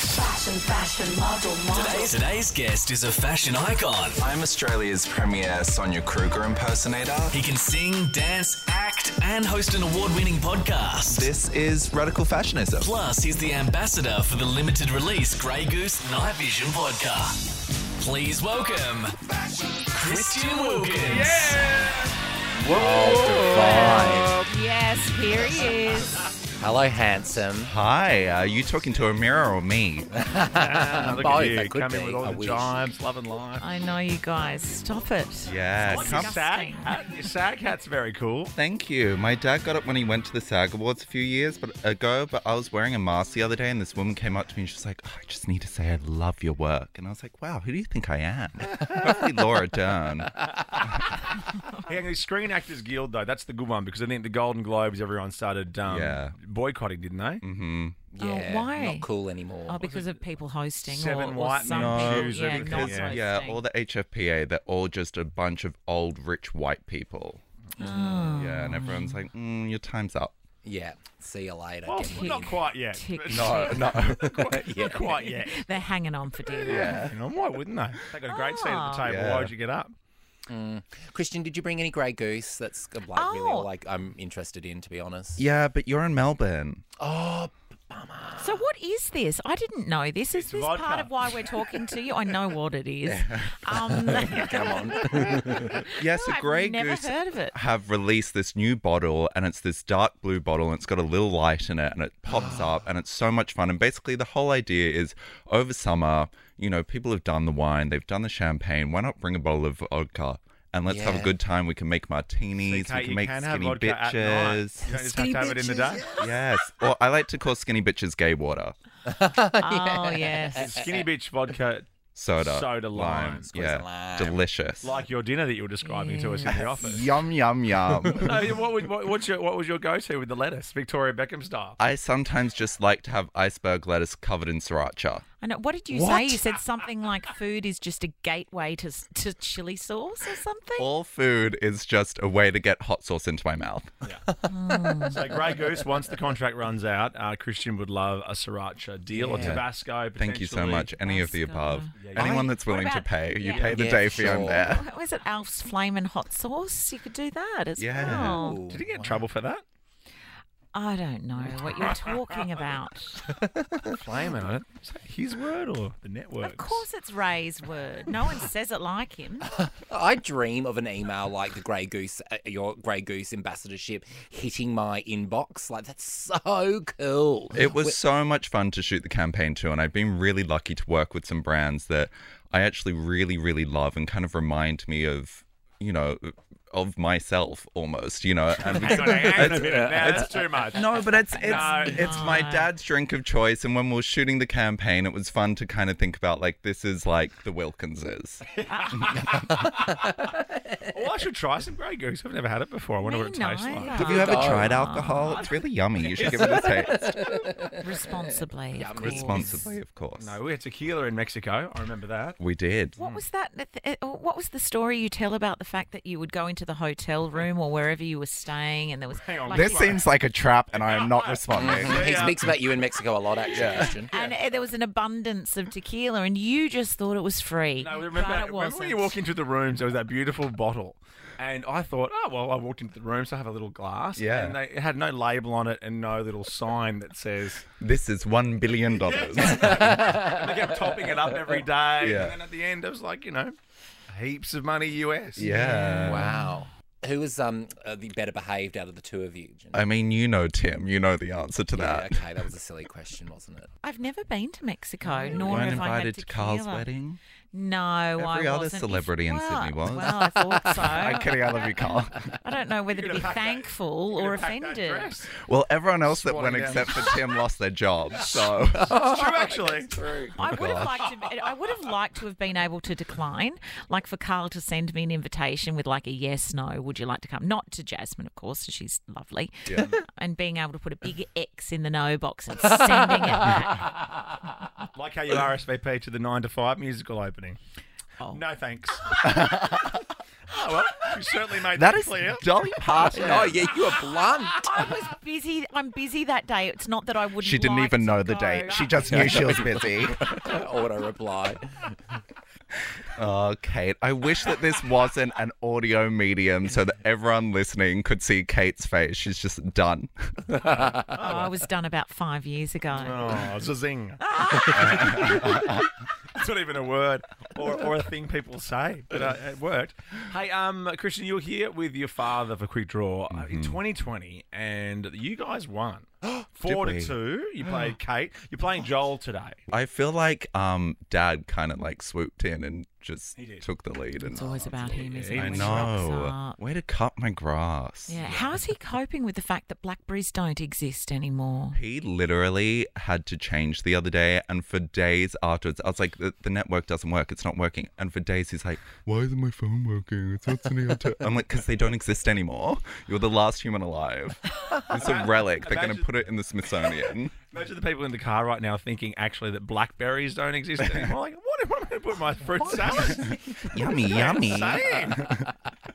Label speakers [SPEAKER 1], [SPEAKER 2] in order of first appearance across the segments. [SPEAKER 1] fashion, fashion model, model.
[SPEAKER 2] Today's, today's guest is a fashion icon.
[SPEAKER 3] I'm Australia's premier Sonia Kruger impersonator.
[SPEAKER 2] He can sing, dance, act, and host an award winning podcast.
[SPEAKER 3] This is radical fashionism.
[SPEAKER 2] Plus, he's the ambassador for the limited release Grey Goose Night Vision Vodka. Please welcome Christian Wilkins.
[SPEAKER 4] Divine.
[SPEAKER 5] Yes, here he is.
[SPEAKER 4] Hello, handsome.
[SPEAKER 3] Hi, are you talking to a mirror or me?
[SPEAKER 6] Look
[SPEAKER 3] Oh,
[SPEAKER 4] Both,
[SPEAKER 6] at you,
[SPEAKER 4] they could
[SPEAKER 6] coming
[SPEAKER 4] be.
[SPEAKER 6] with all
[SPEAKER 4] I
[SPEAKER 6] the
[SPEAKER 4] wish.
[SPEAKER 6] chimes, loving life.
[SPEAKER 5] I know you guys. Stop it.
[SPEAKER 3] Yeah.
[SPEAKER 5] What's
[SPEAKER 3] come-
[SPEAKER 5] your
[SPEAKER 6] Sag
[SPEAKER 5] Disgusting.
[SPEAKER 6] hat. Your sag hat's very cool.
[SPEAKER 3] Thank you. My dad got it when he went to the SAG Awards a few years but- ago, but I was wearing a mask the other day and this woman came up to me and she was like, "Oh, I just need to say I love your work. And I was like, wow, who do you think I am? Hopefully Laura Dern.
[SPEAKER 6] Hey, the Screen Actors Guild, though, that's the good one because I think the Golden Globes, everyone started um,
[SPEAKER 3] Yeah. Mm-hmm.
[SPEAKER 6] boycotting, didn't they?
[SPEAKER 5] Oh, why?
[SPEAKER 4] Not cool anymore.
[SPEAKER 5] Oh, because of people hosting
[SPEAKER 6] Seven
[SPEAKER 5] or,
[SPEAKER 6] white
[SPEAKER 5] or some
[SPEAKER 6] men
[SPEAKER 5] people,
[SPEAKER 6] choose
[SPEAKER 5] yeah,
[SPEAKER 6] everything.
[SPEAKER 5] not
[SPEAKER 6] Yeah.
[SPEAKER 5] hosting.
[SPEAKER 3] Yeah, all the HFPA, they're all just a bunch of old, rich white people.
[SPEAKER 5] Oh.
[SPEAKER 3] Yeah, and everyone's like, mm, your time's up.
[SPEAKER 4] yeah. See you later.
[SPEAKER 6] Well,
[SPEAKER 4] Get
[SPEAKER 5] Tick.
[SPEAKER 4] ready.
[SPEAKER 6] not quite yet.
[SPEAKER 5] Tick.
[SPEAKER 6] but-
[SPEAKER 3] No, no.
[SPEAKER 6] Not quite yet.
[SPEAKER 5] They're hanging on for dear life.
[SPEAKER 6] You know, why wouldn't they? They got a great seat at the
[SPEAKER 3] Ah.
[SPEAKER 6] table.
[SPEAKER 3] Yeah.
[SPEAKER 6] Why would you get up?
[SPEAKER 4] Christian, did you bring any grey goose? That's uh, like really
[SPEAKER 5] Oh.
[SPEAKER 4] all like I'm interested in, to be honest.
[SPEAKER 3] Yeah, but you're in Melbourne.
[SPEAKER 5] So what is this? I didn't know this. Is this
[SPEAKER 6] vodka.
[SPEAKER 5] part of why we're talking to you? I know what it is. Um,
[SPEAKER 4] Come on.
[SPEAKER 3] Yes, a
[SPEAKER 5] I've
[SPEAKER 3] Grey
[SPEAKER 5] never
[SPEAKER 3] Goose
[SPEAKER 5] heard of it.
[SPEAKER 3] have released this new bottle, and it's this dark blue bottle, and it's got a little light in it, and it pops up, and it's so much fun. And basically, the whole idea is over summer, you know, people have done the wine, they've done the champagne. Why not bring a bottle of vodka? And let's have a
[SPEAKER 4] Yeah.
[SPEAKER 3] good time. We can make martinis.
[SPEAKER 6] Okay,
[SPEAKER 3] we can
[SPEAKER 6] you
[SPEAKER 3] make
[SPEAKER 6] can have
[SPEAKER 3] skinny
[SPEAKER 6] vodka at night. You don't
[SPEAKER 3] bitches.
[SPEAKER 6] just have to have it in the day.
[SPEAKER 3] yes. Or I like to call skinny bitches gay water.
[SPEAKER 5] oh yes.
[SPEAKER 6] Skinny bitch vodka,
[SPEAKER 3] Soda.
[SPEAKER 6] Soda lime.
[SPEAKER 4] Squeeze
[SPEAKER 3] Yeah.
[SPEAKER 4] a lime.
[SPEAKER 3] Delicious.
[SPEAKER 6] like your dinner that you were describing to us in the office.
[SPEAKER 3] yum, yum, yum.
[SPEAKER 6] No, what, would- what, what's your, what was your go-to with the lettuce, Victoria Beckham style?
[SPEAKER 3] I sometimes just like to have iceberg lettuce covered in sriracha.
[SPEAKER 5] I know. What did you say? You said something like food is just a gateway to s- to chili sauce or something.
[SPEAKER 3] All food is just a way to get hot sauce into my mouth.
[SPEAKER 6] So Grey Goose, once the contract runs out, uh, Christian would love a sriracha deal or
[SPEAKER 4] Yeah.
[SPEAKER 6] Tabasco.
[SPEAKER 3] Thank you so
[SPEAKER 6] potentially.
[SPEAKER 3] much. Any of the
[SPEAKER 5] Nice guy.
[SPEAKER 3] above.
[SPEAKER 6] Yeah, yeah.
[SPEAKER 3] Anyone that's willing to
[SPEAKER 5] about-
[SPEAKER 3] pay, you
[SPEAKER 5] yeah.
[SPEAKER 3] pay the
[SPEAKER 4] Yeah,
[SPEAKER 3] day fee. I'm
[SPEAKER 4] sure.
[SPEAKER 3] there.
[SPEAKER 5] What was it? Alf's Flame and Hot Sauce. You could do that as
[SPEAKER 3] Yeah.
[SPEAKER 5] well.
[SPEAKER 4] Ooh,
[SPEAKER 6] Did you get in trouble for that?
[SPEAKER 5] I don't know what you're talking about.
[SPEAKER 6] Flaming on it. Is that his word or the network?
[SPEAKER 5] Of course, it's Ray's word. No one says it like him.
[SPEAKER 4] I dream of an email like the Grey Goose, uh, your Grey Goose ambassadorship hitting my inbox. Like, that's so cool.
[SPEAKER 3] It was so much fun to shoot the campaign too, and I've been really lucky to work with some brands that I actually really, really love and kind of remind me of, you know, of myself almost, you know. And we-
[SPEAKER 6] Hang on, hang on a minute. Now, that's too much.
[SPEAKER 3] No, but it's it's
[SPEAKER 6] No.
[SPEAKER 3] it's my dad's drink of choice, and when we were shooting the campaign, it was fun to kind of think about like this is like the Wilkinses.
[SPEAKER 6] Oh, I should try some Grey Goose. I've never had it before. I wonder what it tastes like.
[SPEAKER 3] Have you ever
[SPEAKER 7] Oh,
[SPEAKER 3] tried alcohol? It's really yummy. You should give it a taste.
[SPEAKER 5] responsibly? of course.
[SPEAKER 3] Responsibly, of course.
[SPEAKER 6] No, we had tequila in Mexico. I remember that.
[SPEAKER 3] We did.
[SPEAKER 5] What
[SPEAKER 6] Hmm.
[SPEAKER 5] was that? uh, uh, What was the story you tell about the fact that you would go into the hotel room or wherever you were staying and there was
[SPEAKER 6] Hang on,
[SPEAKER 5] like,
[SPEAKER 6] this
[SPEAKER 5] you-
[SPEAKER 6] seems
[SPEAKER 3] like a trap, and I am not responding.
[SPEAKER 4] He speaks about you in Mexico a lot, actually, Christian.
[SPEAKER 5] and uh, there was an abundance of tequila and you just thought it was free.
[SPEAKER 6] No,
[SPEAKER 5] but
[SPEAKER 6] remember,
[SPEAKER 5] it
[SPEAKER 6] remember
[SPEAKER 5] wasn't.
[SPEAKER 6] when you walk into the rooms, there was that beautiful bottle. And I thought, oh, well, I walked into the room, so I have a little glass.
[SPEAKER 3] Yeah.
[SPEAKER 6] And they, it had no label on it and no little sign that says,
[SPEAKER 3] This is one billion dollars.
[SPEAKER 6] and they kept topping it up every day.
[SPEAKER 3] Yeah.
[SPEAKER 6] And then at the end, it was like, you know, heaps of money US.
[SPEAKER 3] yeah.
[SPEAKER 4] Wow. Who was um, uh, the better behaved out of the two of you? Jen?
[SPEAKER 3] I mean, you know, Tim. You know the answer to
[SPEAKER 4] Yeah,
[SPEAKER 3] that.
[SPEAKER 4] okay, that was a silly question, wasn't it?
[SPEAKER 5] I've never been to Mexico,
[SPEAKER 3] You
[SPEAKER 5] nor
[SPEAKER 3] weren't
[SPEAKER 5] have I had
[SPEAKER 3] invited to
[SPEAKER 5] tequila.
[SPEAKER 3] Carl's wedding.
[SPEAKER 5] No, I
[SPEAKER 3] Every
[SPEAKER 5] wasn't.
[SPEAKER 3] other celebrity in
[SPEAKER 5] Well,
[SPEAKER 3] Sydney was.
[SPEAKER 5] Well, I thought so.
[SPEAKER 3] I'm kidding. I love you, Carl.
[SPEAKER 5] I don't know whether to be thankful or
[SPEAKER 6] Pack that
[SPEAKER 5] offended.
[SPEAKER 6] dress.
[SPEAKER 3] Well, everyone else that went
[SPEAKER 6] Swatting down.
[SPEAKER 3] except for Tim lost their job. So
[SPEAKER 6] It's true, actually.
[SPEAKER 5] I would have liked to. I would have liked to have been able to decline, like for Carl to send me an invitation with like a yes, no, would you like to come? Not to Jasmine, of course, 'cause she's lovely. and being able to put a big X in the no box and sending it back.
[SPEAKER 6] Like how you
[SPEAKER 5] Oh.
[SPEAKER 6] RSVP to the 9 to 5 musical opening. No thanks. Oh, well, you certainly made that,
[SPEAKER 3] That is
[SPEAKER 6] clear.
[SPEAKER 3] Dolly Parton.
[SPEAKER 4] Oh yeah, you are blunt.
[SPEAKER 5] I was busy. I'm busy that day. It's not that I wouldn't.
[SPEAKER 7] She didn't
[SPEAKER 5] like
[SPEAKER 7] even
[SPEAKER 5] to
[SPEAKER 7] know the
[SPEAKER 5] go.
[SPEAKER 7] date. She just knew she was busy.
[SPEAKER 4] Auto reply.
[SPEAKER 3] Oh, Kate, I wish that this wasn't an audio medium so that everyone listening could see Kate's face. She's just done.
[SPEAKER 5] Oh, I was done about five years ago.
[SPEAKER 6] Oh, it's a zing. it's not even a word or, or a thing people say, but uh, it worked. Hey, um, Christian, you were here with your father for Quick Draw uh in 2020, and you guys won.
[SPEAKER 3] Mm-hmm. Did
[SPEAKER 6] Four to
[SPEAKER 3] we?
[SPEAKER 6] two. You played Kate. You're playing Joel today.
[SPEAKER 3] I feel like um, Dad kind of like swooped in and just
[SPEAKER 6] did.
[SPEAKER 3] took the lead. And
[SPEAKER 5] It's always about him, isn't it?
[SPEAKER 3] I
[SPEAKER 5] When he rocks
[SPEAKER 3] know.
[SPEAKER 5] up.
[SPEAKER 3] Way to cut my grass.
[SPEAKER 5] Yeah. How's he coping with the fact that blackberries don't exist anymore?
[SPEAKER 3] He literally had to change the other day, and for days afterwards, I was like, the, the network doesn't work. It's not working. And for days, he's like, Why isn't my phone working? It's not sending out to. I'm like, Because they don't exist anymore. You're the last human alive. It's a relic. They're going to
[SPEAKER 6] Imagine-
[SPEAKER 3] put it in the Smithsonian.
[SPEAKER 6] Imagine the people in the car right now thinking actually that blackberries don't exist anymore. Like, what am I going to put in my fruit salad?
[SPEAKER 3] yummy, yummy.
[SPEAKER 6] Saying.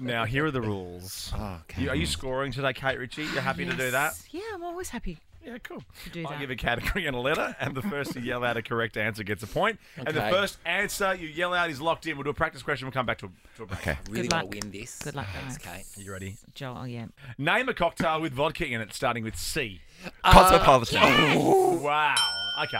[SPEAKER 6] now, here are the rules.
[SPEAKER 3] Oh,
[SPEAKER 6] You- are you scoring today, Kate Ritchie? You're happy to do that?
[SPEAKER 5] Yes. Yeah, I'm always happy.
[SPEAKER 6] Yeah, cool.
[SPEAKER 5] do
[SPEAKER 6] I'll
[SPEAKER 5] that.
[SPEAKER 6] give a category and a letter, and the first to yell out a correct answer gets a point. And the
[SPEAKER 4] Okay.
[SPEAKER 6] first answer you yell out is locked in. We'll do a practice question. We'll come back to a, to a break.
[SPEAKER 3] Okay.
[SPEAKER 4] Really
[SPEAKER 5] Good
[SPEAKER 4] want
[SPEAKER 5] luck.
[SPEAKER 4] to win this.
[SPEAKER 5] Good luck,
[SPEAKER 4] Thanks,
[SPEAKER 5] guys.
[SPEAKER 4] Kate.
[SPEAKER 6] You ready?
[SPEAKER 5] Joel, oh, yeah.
[SPEAKER 6] Name a cocktail with vodka in it, starting with C.
[SPEAKER 4] Uh,
[SPEAKER 3] Cosmopolitan.
[SPEAKER 6] Wow. Okay.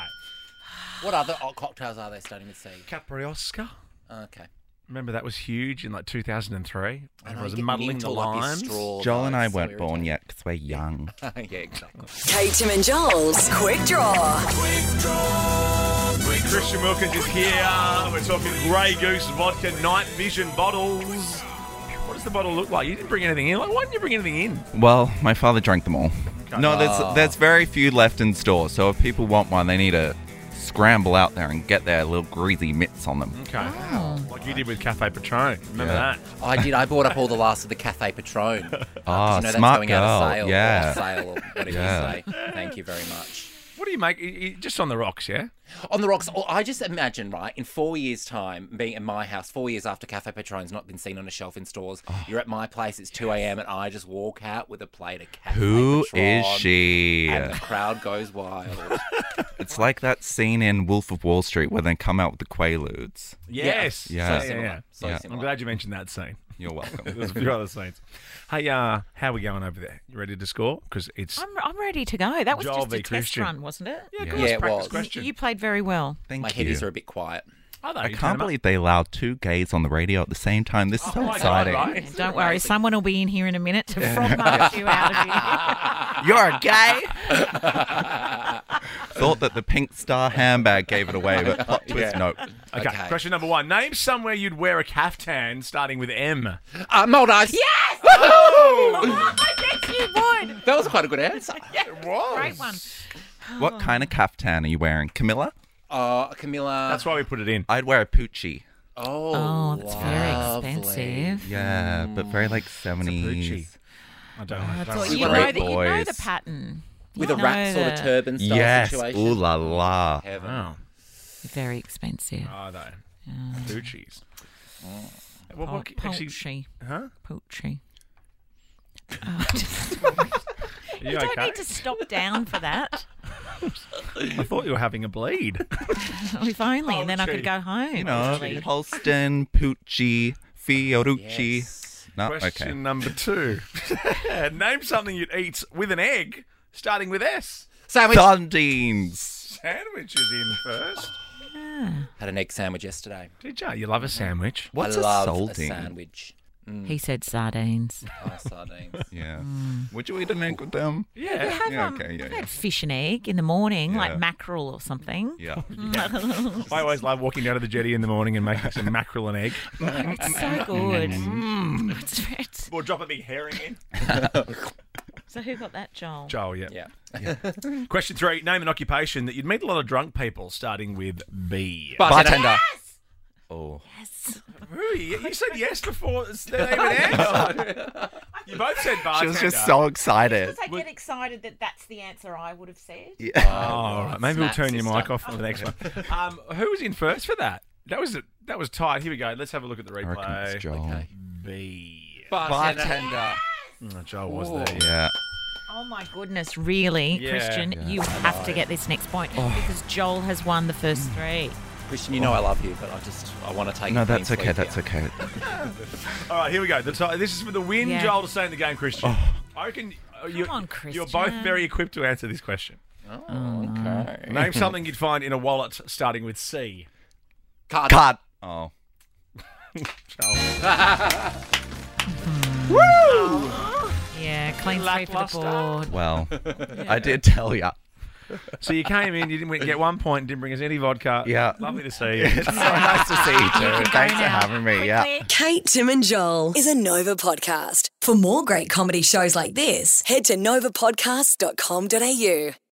[SPEAKER 4] What other o- cocktails are they starting with C?
[SPEAKER 6] Capriosca.
[SPEAKER 4] Okay.
[SPEAKER 6] Remember that was huge in like 2003.
[SPEAKER 4] I know,
[SPEAKER 6] Everyone was
[SPEAKER 4] you get
[SPEAKER 6] muddling
[SPEAKER 4] mint
[SPEAKER 6] the
[SPEAKER 4] all up your
[SPEAKER 6] limes.
[SPEAKER 4] straw,
[SPEAKER 3] Joel and
[SPEAKER 4] though,
[SPEAKER 3] I
[SPEAKER 4] it's so
[SPEAKER 3] weren't born
[SPEAKER 4] irritating.
[SPEAKER 3] yet because we're young.
[SPEAKER 4] yeah, exactly.
[SPEAKER 8] Kate, Tim, and Joel's Quick Draw.
[SPEAKER 6] Christian Wilkins is here. We're talking Grey Goose vodka night vision bottles. What does the bottle look like? You didn't bring anything in. Like, why didn't you bring anything in?
[SPEAKER 3] Well, my father drank them all. No, there's there's very few left in store. So if people want one, they need to scramble out there and get their little greasy mitts on
[SPEAKER 4] Mm-hmm.
[SPEAKER 3] them.
[SPEAKER 6] Okay. Like you did with Cafe Patron. Remember
[SPEAKER 3] Yeah.
[SPEAKER 6] that?
[SPEAKER 4] Oh, I did. I bought up all the last of the Cafe Patron. Oh,
[SPEAKER 3] Ah,
[SPEAKER 4] you know
[SPEAKER 3] smart
[SPEAKER 4] that's going out of
[SPEAKER 3] girl.
[SPEAKER 4] sale.
[SPEAKER 3] Yeah.
[SPEAKER 4] Or off sale or whatever
[SPEAKER 3] Yeah.
[SPEAKER 4] you say. Thank you very much.
[SPEAKER 6] What do you make? You- you- Just on the rocks, yeah?
[SPEAKER 4] On the rocks, oh, I just imagine, right, in four years' time, being at my house, four years after Cafe Patron's not been seen on a shelf in stores,
[SPEAKER 3] Oh.
[SPEAKER 4] you're at my place, it's 2 a.m., and I just walk out with a plate of Cafe
[SPEAKER 3] Who
[SPEAKER 4] Patron,
[SPEAKER 3] is she?
[SPEAKER 4] And the crowd goes wild.
[SPEAKER 3] It's like that scene in Wolf of Wall Street where they come out with the Quaaludes.
[SPEAKER 6] Yes.
[SPEAKER 3] Yeah.
[SPEAKER 4] So
[SPEAKER 6] yeah,
[SPEAKER 4] similar.
[SPEAKER 6] yeah.
[SPEAKER 4] So
[SPEAKER 3] Yeah.
[SPEAKER 4] similar.
[SPEAKER 6] I'm glad you mentioned that scene.
[SPEAKER 3] You're welcome.
[SPEAKER 6] There's a few other scenes. Hey, uh, how are we going over there? You ready to score? Because it's.
[SPEAKER 5] I'm, I'm ready to go. That was
[SPEAKER 6] Joel
[SPEAKER 5] just a
[SPEAKER 6] v.
[SPEAKER 5] test
[SPEAKER 6] Christian.
[SPEAKER 5] run, wasn't it?
[SPEAKER 6] yeah,
[SPEAKER 3] Yeah.
[SPEAKER 6] cool.
[SPEAKER 4] Yeah,
[SPEAKER 6] It's
[SPEAKER 4] it
[SPEAKER 6] practice
[SPEAKER 4] was.
[SPEAKER 6] question.
[SPEAKER 5] You played very well.
[SPEAKER 3] Thank
[SPEAKER 4] My
[SPEAKER 3] you.
[SPEAKER 4] headies are a bit quiet.
[SPEAKER 6] Are they?
[SPEAKER 3] I
[SPEAKER 6] You
[SPEAKER 3] can't
[SPEAKER 6] turn 'em up?
[SPEAKER 3] believe they allow two gays on the radio at the same time. This is so
[SPEAKER 6] Oh my God,
[SPEAKER 3] exciting.
[SPEAKER 6] right?
[SPEAKER 5] Yeah, don't worry, someone will be in here in a minute to frog march you out of here.
[SPEAKER 3] You're a gay. Thought that the pink star handbag gave it away, but plot twist, no.
[SPEAKER 6] Okay.
[SPEAKER 4] Okay.
[SPEAKER 6] Question number one. Name somewhere you'd wear a caftan starting with M.
[SPEAKER 4] Uh, Maldives!
[SPEAKER 5] yes! Oh, I bet you would.
[SPEAKER 4] That was quite a good answer.
[SPEAKER 6] It was.
[SPEAKER 5] Great one.
[SPEAKER 3] What kind of caftan are you wearing, Camilla?
[SPEAKER 4] Uh, Camilla.
[SPEAKER 6] That's why we put it in.
[SPEAKER 3] I'd wear a poochie.
[SPEAKER 4] Oh,
[SPEAKER 5] Oh, that's
[SPEAKER 4] lovely.
[SPEAKER 5] very expensive.
[SPEAKER 3] Yeah, but very like 70s.
[SPEAKER 6] I don't know.
[SPEAKER 5] Ah, That's what-
[SPEAKER 3] we
[SPEAKER 5] you,
[SPEAKER 3] were
[SPEAKER 5] know
[SPEAKER 3] great
[SPEAKER 5] the, you know the
[SPEAKER 3] boys.
[SPEAKER 5] pattern. You
[SPEAKER 4] With a
[SPEAKER 5] know
[SPEAKER 4] wrap sort of
[SPEAKER 5] the-
[SPEAKER 4] turban style
[SPEAKER 3] Yes.
[SPEAKER 4] situation.
[SPEAKER 3] Ooh la la.
[SPEAKER 4] Heaven.
[SPEAKER 6] Wow.
[SPEAKER 5] Very expensive.
[SPEAKER 6] Are they? Mm. Poochies. What,
[SPEAKER 5] Oh,
[SPEAKER 6] what, actually,
[SPEAKER 5] poultry.
[SPEAKER 6] huh?
[SPEAKER 5] Poultry. Oh, just-
[SPEAKER 6] Are you,
[SPEAKER 5] you don't
[SPEAKER 6] okay?
[SPEAKER 5] need to stop down for that.
[SPEAKER 6] I thought you were having a bleed.
[SPEAKER 5] if only, and then I could go home.
[SPEAKER 3] You know, Holsten, Poochie, Fiorucci.
[SPEAKER 4] Yes.
[SPEAKER 3] No,
[SPEAKER 6] Question
[SPEAKER 3] okay.
[SPEAKER 6] number two. Name something you'd eat with an egg, starting with S.
[SPEAKER 4] Sandwich.
[SPEAKER 3] Sardines.
[SPEAKER 6] Sandwich is in first.
[SPEAKER 4] Had an egg sandwich yesterday.
[SPEAKER 6] DJ, you love a sandwich.
[SPEAKER 3] What's
[SPEAKER 4] I
[SPEAKER 3] a
[SPEAKER 4] love
[SPEAKER 3] soldine?
[SPEAKER 4] a sandwich.
[SPEAKER 5] He said sardines.
[SPEAKER 4] Oh, sardines.
[SPEAKER 3] Yeah. Would you eat an egg with them?
[SPEAKER 6] Yeah.
[SPEAKER 5] Have,
[SPEAKER 3] Yeah,
[SPEAKER 5] um,
[SPEAKER 3] okay, yeah,
[SPEAKER 5] I've
[SPEAKER 3] yeah.
[SPEAKER 5] had fish and egg in the morning,
[SPEAKER 3] Yeah.
[SPEAKER 5] like mackerel or something.
[SPEAKER 3] Yeah.
[SPEAKER 6] I always love walking down to the jetty in the morning and making some mackerel and egg.
[SPEAKER 5] It's
[SPEAKER 3] Mm.
[SPEAKER 5] so good. It's- it's-
[SPEAKER 6] Or drop a big herring in.
[SPEAKER 5] so who got that, Joel?
[SPEAKER 6] Joel, yeah.
[SPEAKER 4] Yeah.
[SPEAKER 6] Question three. Name an occupation that you'd meet a lot of drunk people, starting with B.
[SPEAKER 3] Bartender. Oh.
[SPEAKER 6] Ooh, you you said yes before it's the name and answer. You both said
[SPEAKER 3] She
[SPEAKER 6] bartender.
[SPEAKER 3] was just so excited.
[SPEAKER 5] I get excited that that's the answer I would have said.
[SPEAKER 6] Oh, all right. Maybe we'll
[SPEAKER 4] Snap
[SPEAKER 6] turn your
[SPEAKER 4] sister.
[SPEAKER 6] mic off for the next one. Um, who was in first for that? That was that was tight. Here we go. Let's have a look at the
[SPEAKER 3] I reckon
[SPEAKER 6] replay.
[SPEAKER 3] it's Joel.
[SPEAKER 4] Okay.
[SPEAKER 6] be?
[SPEAKER 4] Bartender.
[SPEAKER 7] Bartender.
[SPEAKER 6] Oh, Joel was there.
[SPEAKER 3] Yeah.
[SPEAKER 5] Oh my goodness, really,
[SPEAKER 6] Yeah.
[SPEAKER 5] Christian, you have to get this next point
[SPEAKER 3] Oh.
[SPEAKER 5] because Joel has won the first three.
[SPEAKER 4] Christian, you know I love you, but I just I want to take.
[SPEAKER 3] No,
[SPEAKER 4] a clean
[SPEAKER 3] that's okay.
[SPEAKER 4] sweep
[SPEAKER 3] That's
[SPEAKER 4] here.
[SPEAKER 3] okay.
[SPEAKER 6] All right, here we go. The ti- this is for the win,
[SPEAKER 5] Yeah.
[SPEAKER 6] Joel, to stay in the game, Christian.
[SPEAKER 7] Oh.
[SPEAKER 6] I reckon uh, you,
[SPEAKER 5] on,
[SPEAKER 6] you're both
[SPEAKER 5] Christian.
[SPEAKER 6] very equipped to answer this question.
[SPEAKER 4] Okay.
[SPEAKER 6] Name something you'd find in a wallet starting with C.
[SPEAKER 4] Card.
[SPEAKER 7] Card.
[SPEAKER 3] Oh.
[SPEAKER 5] Yeah, clean three for the
[SPEAKER 6] Lackluster.
[SPEAKER 5] board.
[SPEAKER 3] Well, I did tell ya.
[SPEAKER 6] So you came in, you didn't win- get one point, didn't bring us any vodka.
[SPEAKER 3] Yeah.
[SPEAKER 6] Lovely to see you.
[SPEAKER 7] So nice to see you, too. Thanks for
[SPEAKER 5] now.
[SPEAKER 7] having me. Yeah.
[SPEAKER 5] Quick.
[SPEAKER 8] Kate, Tim, and Joel is a Nova podcast. For more great comedy shows like this, head to novapodcast.com.au.